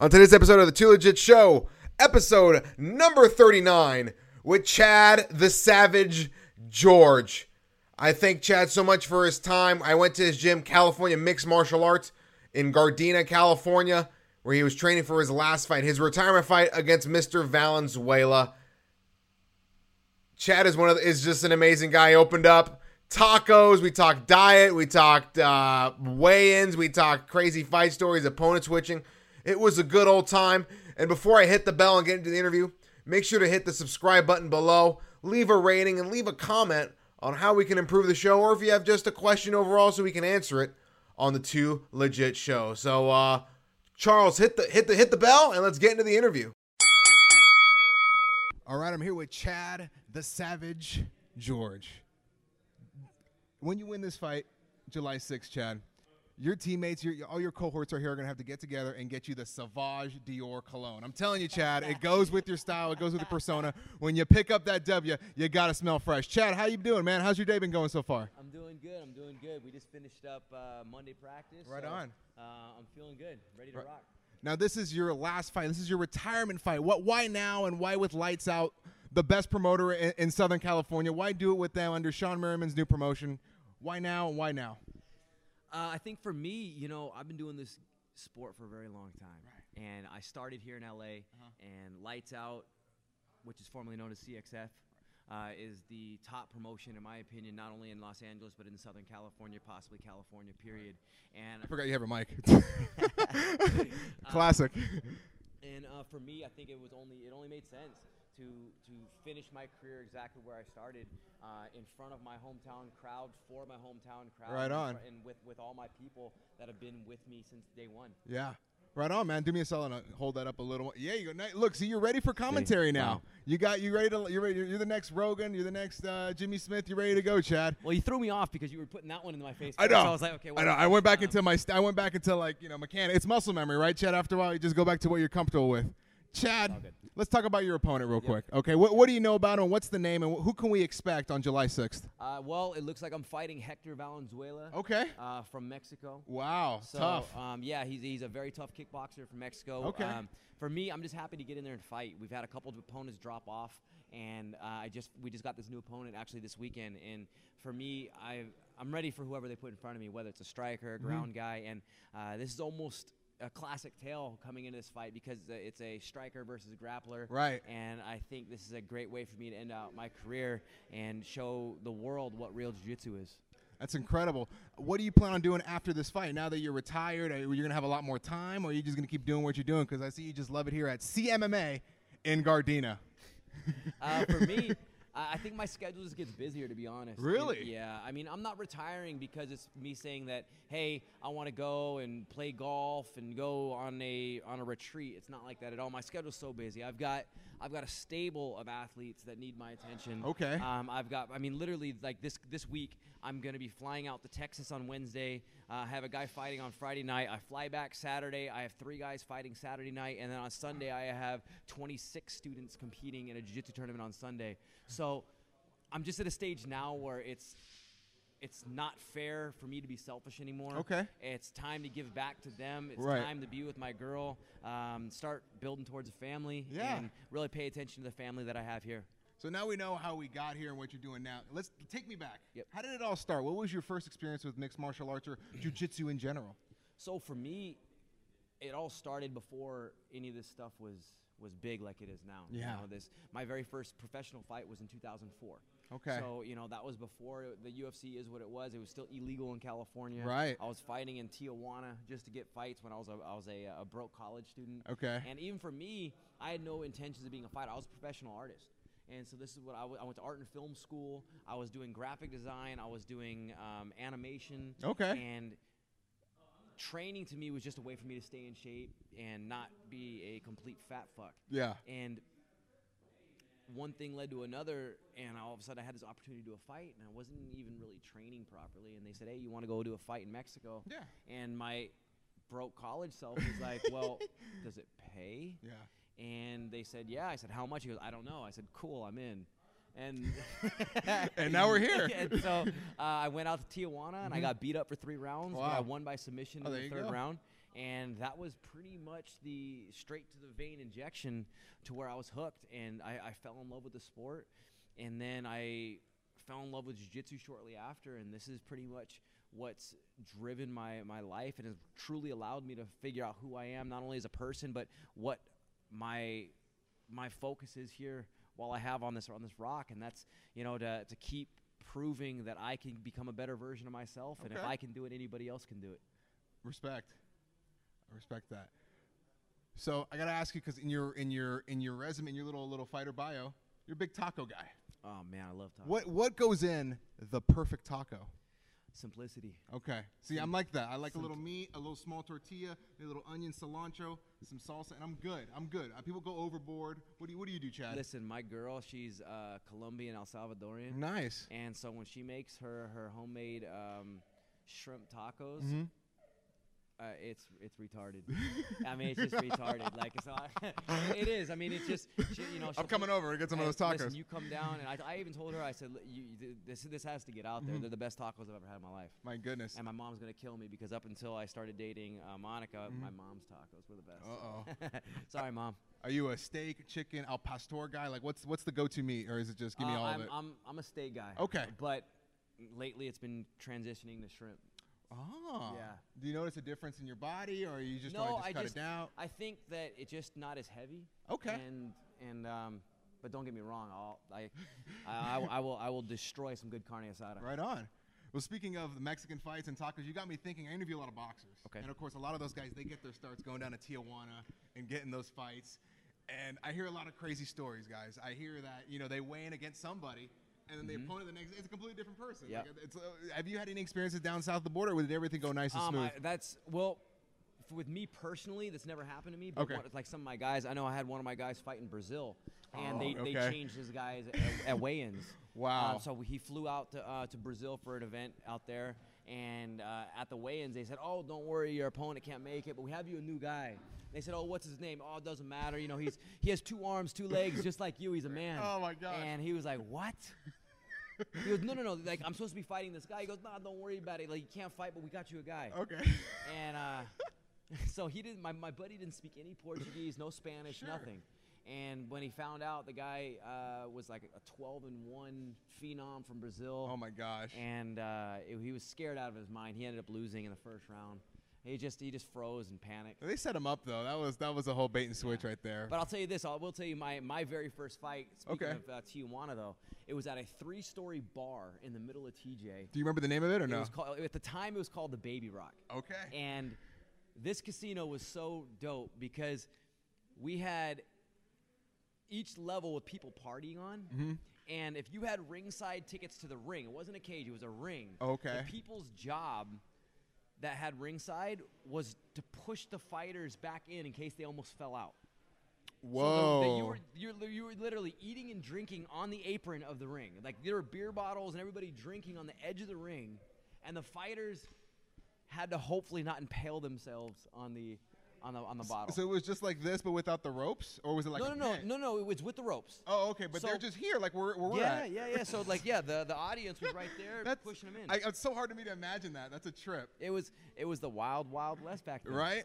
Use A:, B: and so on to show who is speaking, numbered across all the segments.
A: on today's episode of the Too Legit Show, episode number 39, with Chad the Savage George. I thank Chad so much for his time. I went to his gym, California Mixed Martial Arts, in Gardena, California, where he was training for his last fight, his retirement fight against Mr. Valenzuela. Chad is one of the, is just an amazing guy. He opened up tacos. We talked diet. We talked uh, weigh-ins. We talked crazy fight stories, opponent switching. It was a good old time. And before I hit the bell and get into the interview, make sure to hit the subscribe button below, leave a rating, and leave a comment on how we can improve the show, or if you have just a question overall, so we can answer it on the Two Legit Show. So, uh, Charles, hit the hit the hit the bell, and let's get into the interview.
B: All right, I'm here with Chad the Savage George. When you win this fight, July 6th, Chad, your teammates, your, all your cohorts are here are going to have to get together and get you the Savage Dior cologne. I'm telling you, Chad, it goes with your style, it goes with your persona. When you pick up that W, you got to smell fresh. Chad, how you doing, man? How's your day been going so far?
C: I'm doing good. I'm doing good. We just finished up uh, Monday practice.
B: Right
C: so,
B: on.
C: Uh, I'm feeling good. Ready to rock.
B: Now, this is your last fight. This is your retirement fight. What? Why now? And why with Lights Out, the best promoter in, in Southern California? Why do it with them under Sean Merriman's new promotion? Why now? And why now?
C: Uh, I think for me, you know, I've been doing this sport for a very long time, and I started here in LA.
B: Uh-huh.
C: And Lights Out, which is formerly known as CXF, uh, is the top promotion, in my opinion, not only in Los Angeles but in Southern California, possibly California. Period. And
B: I forgot you have a mic. Classic.
C: And uh, for me, I think it was only it only made sense to to finish my career exactly where I started, uh, in front of my hometown crowd, for my hometown crowd,
B: Right
C: and
B: on.
C: fr- and with with all my people that have been with me since day one.
B: Yeah. Right on, man. Do me a solid. uh, Hold that up a little. Yeah, you go. ni- Look, see, you're ready for commentary now.
C: Wow.
B: You got you ready to. You're ready. You're the next Rogan. You're the next uh, Jimmy Smith. You're ready to go, Chad.
C: Well, you threw me off because you were putting that one into my face.
B: I
C: first,
B: know.
C: So I was like, okay.
B: I
C: well,
B: know. I went back
C: um,
B: into my. St- I went back into like you know mechanic. It's muscle memory, right, Chad? After a while, you just go back to what you're comfortable with. Chad,
C: good.
B: let's talk about your opponent real quick. Okay, what, what do you know about him? What's the name and wh- who can we expect on July 6th?
C: Uh, well, it looks like I'm fighting Hector Valenzuela.
B: Okay.
C: Uh, from Mexico.
B: Wow,
C: So,
B: tough.
C: Um, yeah, he's, he's a very tough kickboxer from Mexico.
B: Okay.
C: Um, for me, I'm just happy to get in there and fight. We've had a couple of opponents drop off, and uh, I just we just got this new opponent actually this weekend. And for me, I I'm ready for whoever they put in front of me, whether it's a striker,
B: Mm-hmm.
C: a ground guy, and uh, this is almost a classic tale coming into this fight because uh, it's a striker versus grappler.
B: Right.
C: And I think this is a great way for me to end out my career and show the world what real jiu-jitsu is.
B: That's incredible. What do you plan on doing after this fight? Now that you're retired, are you- you're gonna have a lot more time, or are you just gonna keep doing what you're doing? Because I see you just love it here at CMMA in Gardena.
C: uh, for me, I I think my schedule just gets busier, to be honest. You-
B: Really?
C: yeah. I mean, I'm not retiring because it's me saying that, hey, I want to go and play golf and go on a on a retreat. It's not like that at all. My schedule's so busy. I've got I've got a stable of athletes that need my attention.
B: Okay.
C: Um, I've got. I mean, literally, like this this week, I'm gonna be flying out to Texas on Wednesday. Uh, I have a guy fighting on Friday night. I fly back Saturday. I have three guys fighting Saturday night, and then on Sunday, I have 26 students competing in a jiu-jitsu tournament on Sunday. So, I'm just at a stage now where it's it's not fair for me to be selfish anymore.
B: Okay.
C: It's time to give back to them. It's
B: Right.
C: time to be with my girl. Um, start building towards a family.
B: Yeah.
C: And really pay attention to the family that I have here.
B: So now we know how we got here and what you're doing now. Let's take me back.
C: Yep.
B: How did it all start? What was your first experience with mixed martial arts or jujitsu in general?
C: So for me, it all started before any of this stuff was was big like it is now. you
B: Yeah.
C: know, this my very first professional fight was in 2004.
B: Okay.
C: So you know that was before the UFC is what it was. It was still illegal in California.
B: Right.
C: I was fighting in Tijuana just to get fights when I was a, I was a, uh, a broke college student.
B: Okay.
C: And even for me, I had no intentions of being a fighter. I was a professional artist. And so this is what I wa- I went to art and film school. I was doing graphic design. I was doing um, animation.
B: Okay.
C: And training to me was just a way for me to stay in shape and not be a complete fat fuck.
B: Yeah.
C: And one thing led to another, and all of a sudden I had this opportunity to do a fight, and I wasn't even really training properly. And they said, "Hey, you want to go do a fight in Mexico?"
B: Yeah.
C: And my broke college self was like, "Well, does it pay?"
B: Yeah.
C: And they said, "Yeah." I said, "How much?" He goes, "I don't know." I said, "Cool, I'm in." And
B: And now we're here.
C: and so uh, I went out to Tijuana and I got beat up for three rounds. but I
B: Mm-hmm. Wow.
C: won by submission
B: Oh,
C: in
B: there
C: the
B: you
C: third
B: go.
C: round. and that was pretty much the straight to the vein injection to where I was hooked, and I, I fell in love with the sport, and then I fell in love with jiu-jitsu shortly after, and this is pretty much what's driven my my life and has truly allowed me to figure out who I am, not only as a person, but what my my focus is here while I have on this on this rock, and that's you know to to keep proving that I can become a better version of myself, and if
B: Okay.
C: I can do it, anybody else can do it.
B: Respect. I respect that. So I gotta ask you because in your in your in your resume, in your little little fighter bio, you're a big taco guy.
C: Oh man, I love tacos.
B: What what goes in the perfect taco?
C: simplicity?
B: Okay. See, I'm like that. I like a
C: Some-
B: little meat, a little small tortilla, a little onion, cilantro, some salsa, and I'm good. I'm good. Uh, people go overboard. What do you What do you do, Chad?
C: Listen, my girl, she's uh, Colombian, El Salvadorian.
B: Nice.
C: And so when she makes her her homemade um, shrimp tacos,
B: Mm-hmm.
C: uh, it's it's retarded. I mean, it's just retarded. Like so, I, it is. I mean, it's just she, you know. she'll
B: I'm coming
C: put-
B: over to get some of
C: Hey,
B: those tacos.
C: Listen, you come down, and I, I even told her, I said, "Look, you, you- this this has to get out
B: Mm-hmm.
C: there. They're the best tacos I've ever had in my life.
B: My goodness.
C: And my mom's gonna kill me because up until I started dating uh, Monica,
B: Mm-hmm.
C: my mom's tacos were the best.
B: Uh-oh.
C: Sorry, mom.
B: Are you a steak, chicken, al pastor guy? Like, what's what's the go-to meat, or is it just give me
C: Uh,
B: all
C: I'm,
B: of it?
C: I'm I'm a steak guy.
B: Okay.
C: But lately, it's been transitioning to shrimp.
B: oh.
C: Yeah.
B: Do you notice a difference in your body, or you just
C: no,
B: want to
C: I
B: just cut
C: just
B: it down?
C: I think that it's just not as heavy.
B: Okay.
C: And and um, but don't get me wrong. I'll I, I, I, will- I will I will destroy some good carne asada.
B: Right on. Well, speaking of the Mexican fights and tacos, you got me thinking. I interview a lot of boxers.
C: Okay.
B: And of course, a lot of those guys, they get their starts going down to Tijuana and getting those fights. And I hear a lot of crazy stories, guys. I hear that, you know, they weigh in against somebody, and then the opponent the next day is a completely different person.
C: Mm-hmm. Yeah.
B: Like, it's, uh, have you had any experiences down south of the border? Or did everything go nice and
C: Um,
B: smooth?
C: I, that's well, f- with me personally, that's never happened to me. But
B: Okay.
C: one, like some of my guys, I know I had one of my guys fight in Brazil, and
B: Oh,
C: they,
B: okay.
C: they changed his guys at, at weigh-ins.
B: Wow.
C: Uh, so he flew out to uh, to Brazil for an event out there, and uh, at the weigh-ins they said, "Oh, don't worry, your opponent can't make it, but we have you a new guy." They said, "Oh, what's his name? Oh, it doesn't matter. You know, he's he has two arms, two legs, just like you. He's a man."
B: Oh, my gosh.
C: And he was like, "What?" He goes, no, no, no. Like I'm supposed to be fighting this guy. He goes, nah, don't worry about it. Like you can't fight, but we got you a guy.
B: okay.
C: And uh, so he didn't. My, my buddy didn't speak any Portuguese, no Spanish,
B: Sure.
C: nothing. And when he found out, the guy uh, was like a 12 and one phenom from Brazil.
B: oh my gosh.
C: And uh, it- he was scared out of his mind. He ended up losing in the first round. He just he just froze and panicked.
B: They set him up though. That was that was a whole bait and switch right there.
C: But I'll tell you this. I will tell you my, my very first fight. Speaking
B: Okay.
C: of uh, Tijuana, though, it was at a three story bar in the middle of TJ.
B: Do you remember the name of it or
C: It
B: no?
C: was called, at the time, it was called the Baby Rock.
B: Okay.
C: And this casino was so dope because we had each level with people partying on.
B: Mm-hmm.
C: And if you had ringside tickets to the ring, it wasn't a cage, it was a ring.
B: Oh, Okay.
C: The people's job that had ringside was to push the fighters back in in case they almost fell out.
B: Whoa.
C: So the- the- you, were, you, were, you were literally eating and drinking on the apron of the ring. Like there were beer bottles and everybody drinking on the edge of the ring, and the fighters had to hopefully not impale themselves on the on the on the bottle.
B: so it was just like this, but without the ropes, or was it like
C: no,
B: a
C: no, no,
B: peg?
C: no, no. It was with the ropes.
B: Oh, okay, but they're
C: So-
B: just here, like where, where we're
C: yeah,
B: at.
C: yeah, yeah. So like, yeah, the the audience was right there
B: That's
C: pushing them in.
B: I, it's so hard to me to imagine that. That's a trip,
C: it was it was the wild, wild west back then.
B: right?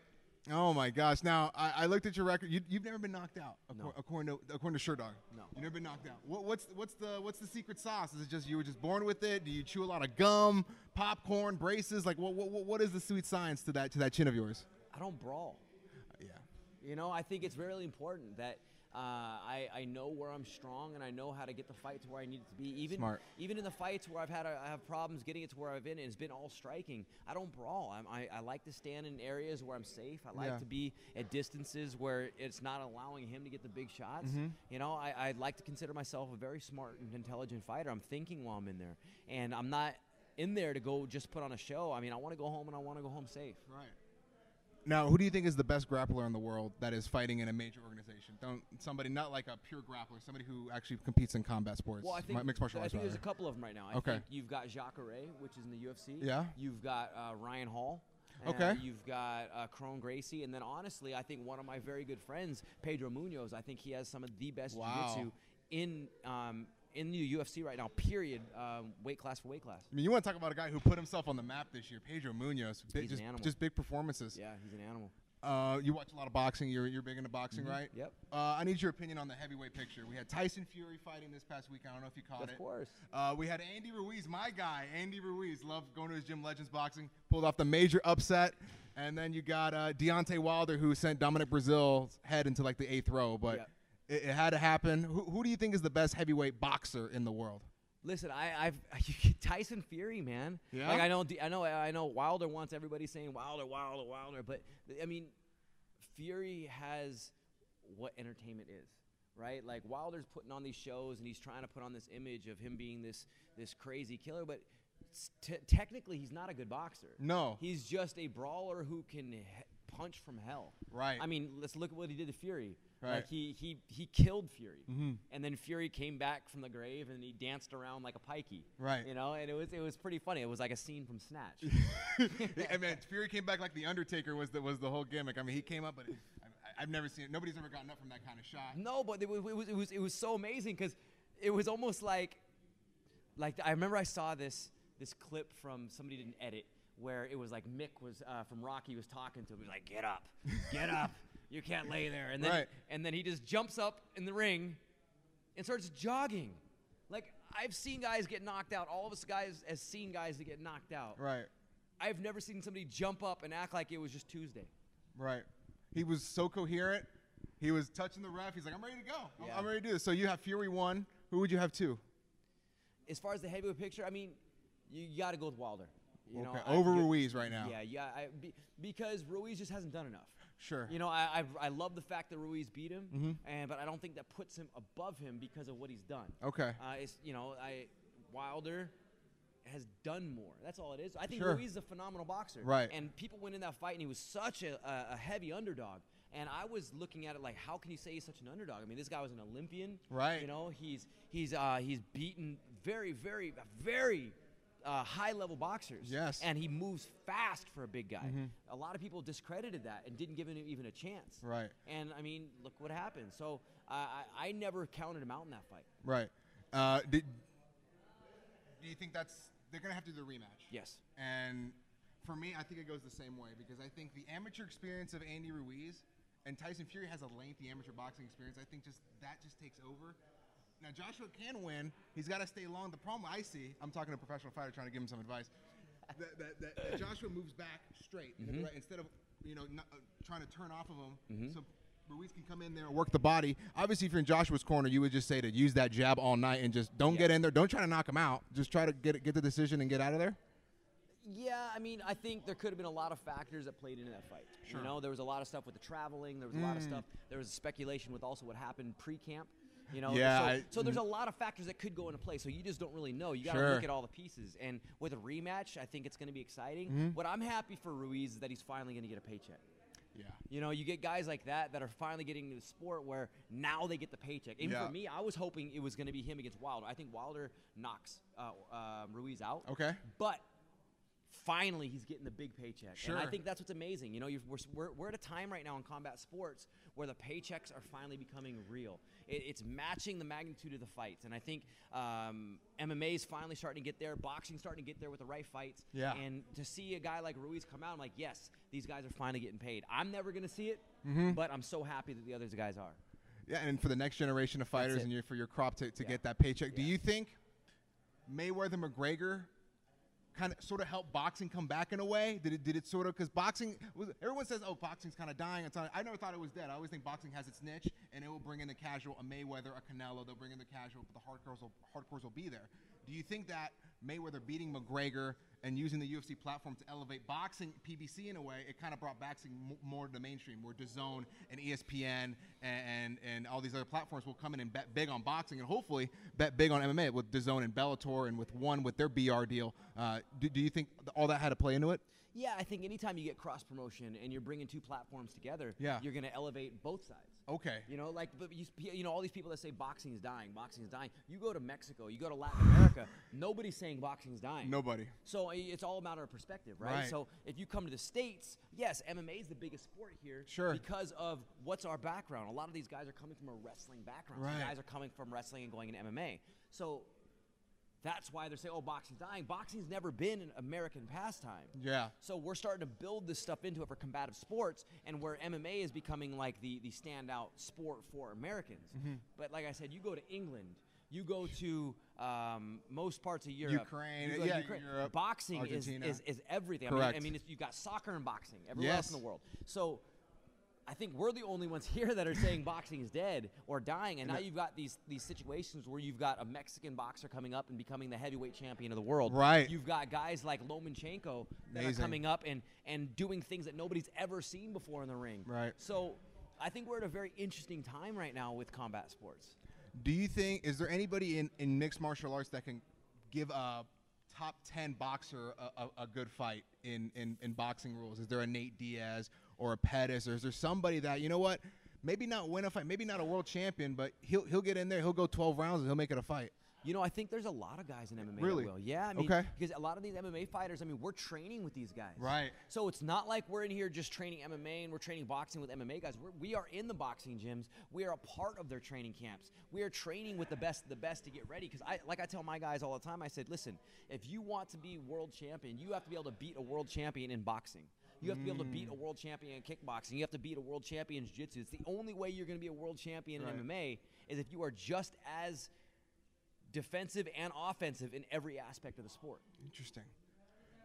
B: Oh my gosh! Now I, I looked at your record. You, you've never been knocked out, accor- according to according to Sure Dog.
C: No.
B: you've never been knocked out. What, what's what's the what's the secret sauce? Is it just you were just born with it? Do you chew a lot of gum, popcorn, braces? Like what what, what- what is the sweet science to that to that chin of yours?
C: I don't brawl.
B: Yeah.
C: You know, I think it's really important that uh, I, I know where I'm strong and I know how to get the fight to where I need it to be. Even
B: Smart.
C: even in the fights where I've had a, I have problems getting it to where I've been, and it's been all striking. I don't brawl. I'm, I I like to stand in areas where I'm safe. I like
B: Yeah.
C: to be at distances where it's not allowing him to get the big shots.
B: Mm-hmm.
C: You know, I, I like to consider myself a very smart and intelligent fighter. I'm thinking while I'm in there, and I'm not in there to go just put on a show. I mean, I want to go home and I want to go home safe.
B: Right. Now, who do you think is the best grappler in the world that is fighting in a major organization? Don't somebody not like a pure grappler, somebody who actually competes in combat sports,
C: Well, I think,
B: mi- mixed martial
C: I
B: arts.
C: think there's a
B: rather.
C: couple of them right now. I
B: Okay.
C: think you've got Jacare, which is in the UFC.
B: Yeah.
C: You've got uh, Ryan Hall. Uh,
B: Okay.
C: You've got uh, Crone Gracie, and then honestly, I think one of my very good friends, Pedro Munoz. I think he has some of the best
B: Wow.
C: jiu-jitsu in um, in the UFC right now. Period. Um, weight class for weight class.
B: I mean, you want to talk about a guy who put himself on the map this year, Pedro Munoz. Big,
C: He's an
B: just,
C: animal.
B: just big performances.
C: Yeah, he's an animal.
B: Uh, you watch a lot of boxing. You're, you're big into boxing, right?
C: Mm-hmm. Yep.
B: Uh, I need your opinion on the heavyweight picture. We had Tyson Fury fighting this past week. I don't know if you caught it.
C: Of course.
B: Uh, we had Andy Ruiz, my guy, Andy Ruiz, loved going to his gym, Legends Boxing, pulled off the major upset. And then you got uh, Deontay Wilder, who sent Dominic Brazil's head into like the eighth row, but
C: Yep.
B: it, it had to happen. Who, who do you think is the best heavyweight boxer in the world?
C: Listen, I, I've Tyson Fury, man.
B: Yeah?
C: Like I know, I know, I know. Wilder wants everybody saying Wilder, Wilder, Wilder, but I mean, Fury has what entertainment is, right? Like Wilder's putting on these shows and he's trying to put on this image of him being this this crazy killer, but s- te- technically he's not a good boxer.
B: No.
C: he's just a brawler who can he- punch from hell.
B: Right.
C: I mean, let's look at what he did to Fury.
B: Right. Mm-hmm.
C: Like he he he killed Fury, and then Fury came back from the grave and he danced around like a pikey.
B: Right.
C: You know, and it was it was pretty funny. It was like a scene from Snatch.
B: I mean, Fury came back like the Undertaker was the was the whole gimmick. I mean, he came up, but I, I- I've never seen it. Nobody's ever gotten up from that kind of shot.
C: no, but it was it was it was, it was so amazing because it was almost like like I remember I saw this this clip from somebody didn't edit where it was like Mick was uh, from Rocky was talking to him. He was like, "Get up, get up, you can't lay there." And then
B: Right.
C: and then he just jumps up in the ring and starts jogging. Like I've seen guys get knocked out. All of us guys has seen guys that get knocked out.
B: Right,
C: I've never seen somebody jump up and act like it was just Tuesday.
B: right. He was so coherent. He was touching the ref. He's like, I'm ready to go. I'm-
C: Yeah.
B: I'm ready to do this. So you have Fury one. Who would you have two?
C: as far as the heavyweight picture, I mean, you got to go with Wilder. You know,
B: Okay,
C: I-
B: over
C: you-
B: Ruiz right now.
C: Yeah, yeah, I, be, because Ruiz just hasn't done enough.
B: Sure. Mm-hmm.
C: You know, I, I I love the fact that Ruiz beat him, and but I don't think that puts him above him because of what he's done.
B: Okay.
C: Uh, it's you know, I Wilder has done more. That's all it is. I think
B: Sure.
C: Ruiz is a phenomenal boxer.
B: Right.
C: And people went in that fight, and he was such a, a, a heavy underdog. And I was looking at it like, how can you say he's such an underdog? I mean, this guy was an Olympian.
B: Right.
C: You know, he's he's uh, he's beaten very, very, very uh, high level boxers.
B: Yes. Mm-hmm.
C: And he moves fast for a big guy. A lot of people discredited that and didn't give him even a chance.
B: Right.
C: And I mean, look what happened. So uh, I I never counted him out in that fight.
B: Right. Uh, did, do you think that's they're gonna have to do the rematch?
C: Yes.
B: And for me, I think it goes the same way because I think the amateur experience of Andy Ruiz and Tyson Fury has a lengthy amateur boxing experience. I think just that just takes over. Now Joshua can win. He's got to stay long. The problem I see, I'm talking to a professional fighter trying to give him some advice. That, that, that, that Joshua moves back straight you know, right, instead of you know not, uh, trying to turn off of him. So Ruiz can come in there and work the body. Obviously, if you're in Joshua's corner, you would just say to use that jab all night and just don't get in there. Don't try to knock him out. Just try to get get the decision and get out of there.
C: Yeah, I mean, I think there could have been a lot of factors that played into that fight. You know, there was a lot of stuff with the traveling. There was a lot
B: Hmm.
C: of stuff. There was speculation with also what happened pre-camp. You know,
B: Yeah,
C: so,
B: I- mm-hmm.
C: so there's a lot of factors that could go into play. So you just don't really know. You got to
B: Sure.
C: look at all the pieces. And with a rematch, I think it's going to be exciting.
B: Mm-hmm.
C: What I'm happy for Ruiz is that he's finally going to get a paycheck.
B: Yeah.
C: You know, you get guys like that that are finally getting into the sport where now they get the paycheck. And
B: Yeah.
C: for me, I was hoping it was going to be him against Wilder. I think Wilder knocks uh, um, Ruiz out.
B: Okay.
C: But finally, he's getting the big paycheck. And
B: Sure.
C: I think that's what's amazing. You know, you've, we're, s- we're, we're at a time right now in combat sports where the paychecks are finally becoming real. It, it's matching the magnitude of the fights. And I think um, MMA is finally starting to get there. Boxing's starting to get there with the right fights.
B: Yeah.
C: And to see a guy like Ruiz come out, I'm like, yes, these guys are finally getting paid. I'm never going to see it,
B: Mm-hmm.
C: but I'm so happy that the other guys are.
B: Yeah, and for the next generation of fighters
C: it.
B: and your, for your crop to, to
C: Yeah.
B: get that paycheck, do you think Mayweather McGregor kind of sort of helped boxing come back in a way? Did it did it sort of because boxing was everyone says oh boxing's kind of dying. It's not, I never thought it was dead. I always think boxing has its niche and it will bring in the casual, a Mayweather, a Canelo. They'll bring in the casual, but the hardcores will hardcores will be there. Do you think that Mayweather beating McGregor and using the UFC platform to elevate boxing, PBC in a way, it kind of brought boxing m- more to the mainstream, where DAZN and E ESPN and, and and all these other platforms will come in and bet big on boxing and hopefully bet big on MMA with DAZN and Bellator and with one with their BR deal. Uh, do, do you think all that had to play into it?
C: yeah, I think anytime you get cross promotion and you're bringing two platforms together,
B: Yeah.
C: you're going to elevate both sides.
B: Okay.
C: You know, like, but you, you know, all these people that say boxing is dying, boxing is dying. You go to Mexico, you go to Latin America, nobody's saying boxing's dying.
B: Nobody.
C: So i- it's all a matter of perspective, right?
B: Right.
C: So if you come to the states, yes, MMA is the biggest sport here,
B: Sure.
C: because of what's our background. A lot of these guys are coming from a wrestling background.
B: Right.
C: These guys are coming from wrestling and going into MMA. So that's why they're saying, "Oh, boxing's dying." Boxing's never been an American pastime.
B: Yeah.
C: So we're starting to build this stuff into it for combative sports, and where MMA is becoming like the the standout sport for Americans.
B: Mm-hmm.
C: But like I said, you go to England, you go to um, most parts of Europe,
B: Ukraine,
C: you go to
B: yeah, Europe,
C: boxing is,
B: Argentina.
C: is is everything. I mean, I
B: Correct.
C: mean it's, you've got soccer and boxing everywhere else in
B: Yes.
C: the world. So. I think we're the only ones here that are saying boxing is dead or dying, and now you've got these these situations where you've got a Mexican boxer coming up and becoming the heavyweight champion of the world.
B: Right.
C: You've got guys like Lomachenko that are
B: Amazing.
C: coming coming up and and doing things that nobody's ever seen before in the ring.
B: Right.
C: So I think we're at a very interesting time right now with combat sports.
B: Do you think is there anybody in, in mixed martial arts that can give a top ten boxer a, a, a good fight in, in in boxing rules? Is there a Nate Diaz or a Pettis or is there somebody that you know what? Maybe not win a fight, maybe not a world champion, but he'll he'll get in there, he'll go twelve rounds and he'll make it a fight.
C: You know, I think there's a lot of guys in MMA. that
B: Really?
C: will. Yeah. I mean,
B: Okay.
C: Because a lot of these MMA fighters, I mean, we're training with these guys.
B: Right.
C: So it's not like we're in here just training MMA and we're training boxing with MMA guys. We're, we are in the boxing gyms. We are a part of their training camps. We are training with the best of the best to get ready. Because I, like I tell my guys all the time, I said, listen, if you want to be world champion, you have to be able to beat a world champion in boxing. You have to be able to beat
B: Mm.
C: a world champion in kickboxing. You have to beat a world champion in jiu-jitsu. It's the only way you're going to be a world champion
B: Right.
C: in MMA is if you are just as defensive and offensive in every aspect of the sport.
B: Interesting.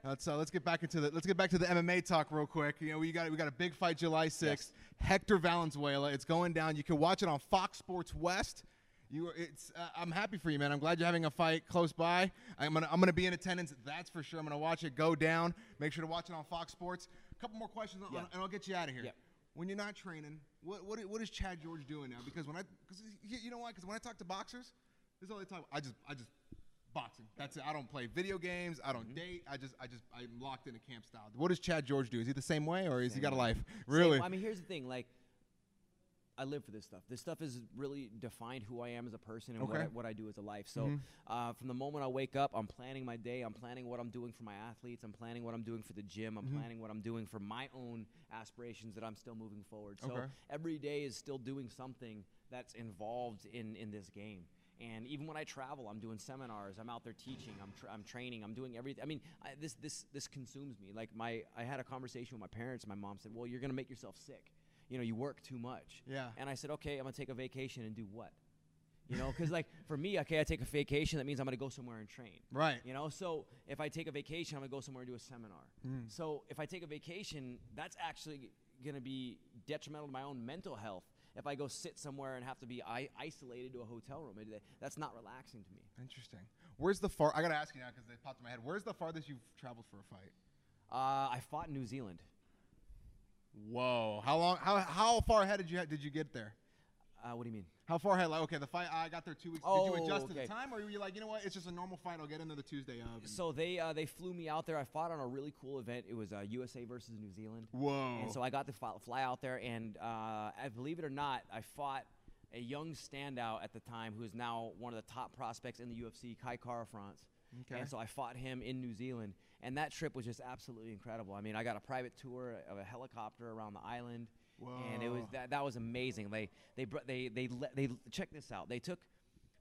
B: Let's uh, let's get back into the let's get back to the MMA talk real quick. You know we got we got a big fight July sixth. Hector Valenzuela, it's going down. You can watch it on Fox Sports West. You are- it's uh, I'm happy for you, man. I'm glad you're having a fight close by. I'm gonna I'm gonna be in attendance. That's for sure. I'm gonna watch it go down. Make sure to watch it on Fox Sports. A couple more questions, on-
C: Yeah.
B: and I'll get you out of here.
C: Yeah.
B: When you're not training, what, what what is Chad George doing now? Because when I because you know why? Because when I talk to boxers, this is all they talk. About. I just I just boxing. That's it. I don't play video games. I don't
C: Mm-hmm.
B: date. I just, I just, I'm locked in a camp style. What does Chad George do? Is he the same way, or is he got a life?
C: Same-
B: Really?
C: I mean, here's the thing. Like, I live for this stuff. This stuff has really defined who I am as a person and what,
B: Okay.
C: I, what I do as a life. So, uh, from the moment I wake up, I'm planning my day. I'm planning what I'm doing for my athletes. I'm planning what I'm doing for the gym. I'm planning what I'm doing for my own aspirations that I'm still moving forward. So,
B: Okay.
C: every day is still doing something that's involved in in this game. And even when I travel, I'm doing seminars. I'm out there teaching. I'm, tra- I'm training. I'm doing everything. I mean, I, this this this consumes me. Like my, I had a conversation with my parents. My mom said, "Well, you're gonna make yourself sick. You know, you work too much."
B: Yeah.
C: And I said, "Okay, I'm gonna take a vacation and do what? You know, because like for me, okay, I take a vacation. That means I'm gonna go somewhere and train.
B: Right.
C: You know, so if I take a vacation, I'm gonna go somewhere and do a seminar. So if I take a vacation, that's actually gonna be detrimental to my own mental health. If I go sit somewhere and have to be I- isolated to a hotel room, it- that's not relaxing to me.
B: Interesting. Where's the far? I gotta ask you now because they popped in my head. Where's the farthest you've traveled for a fight?
C: Uh, I fought in New Zealand.
B: Whoa! How long? How how far ahead did you did you get there?
C: Uh, what do you mean?
B: How far ahead? Like, okay, the fight I got there two weeks. did you
C: Oh,
B: adjust to
C: okay.
B: the time, or were you like, you know what? It's just a normal fight. I'll get in there the Tuesday of. and-
C: So they uh, they flew me out there. I fought on a really cool event. It was uh, USA versus New Zealand.
B: Whoa.
C: And so I got to fly, fly out there, and uh, I believe it or not, I fought a young standout at the time who is now one of the top prospects in the UFC, Kai Kara France.
B: Okay.
C: And so I fought him in New Zealand, and that trip was just absolutely incredible. I mean, I got a private tour of a helicopter around the island, and it was
B: Whoa.
C: that that was amazing. They they br- they they let, they check this out. They took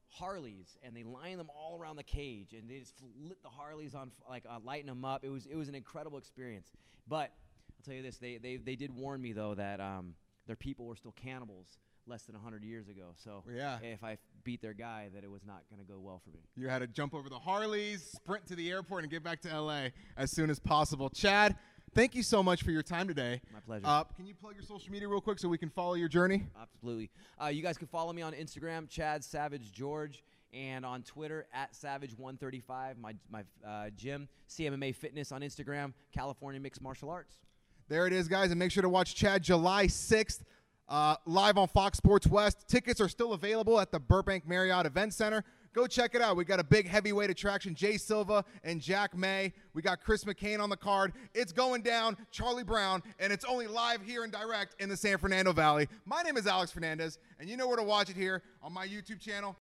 C: Harleys and they lined them all around the cage, and they just lit the Harleys on f- like uh, lighting them up. It was it was an incredible experience. But I'll tell you this: they they, they did warn me though that um, their people were still cannibals less than 100 years ago. So
B: Yeah.
C: if I beat their guy, that it was not going to go well for me.
B: You had to jump over the Harleys, sprint to the airport, and get back to LA as soon as possible. Chad, thank you so much for your time today.
C: My pleasure.
B: Uh, can you plug your social media real quick so we can follow your journey?
C: Absolutely. Uh, you guys can follow me on Instagram, Chad Savage George, and on Twitter at Savage135. My my uh, gym, CMMA Fitness on Instagram, California Mixed Martial Arts.
B: There it is, guys, and make sure to watch Chad July 6th.
A: uh, live on Fox Sports West. Tickets are still available at the Burbank Marriott Event Center. Go check it out. We got a big heavyweight attraction, Jay Silva and Jack May. We got Chris McCain on the card. It's going down, Charlie Brown, and it's only live here and direct in the San Fernando Valley. My name is Alex Fernandez, and you know where to watch it here on my YouTube channel.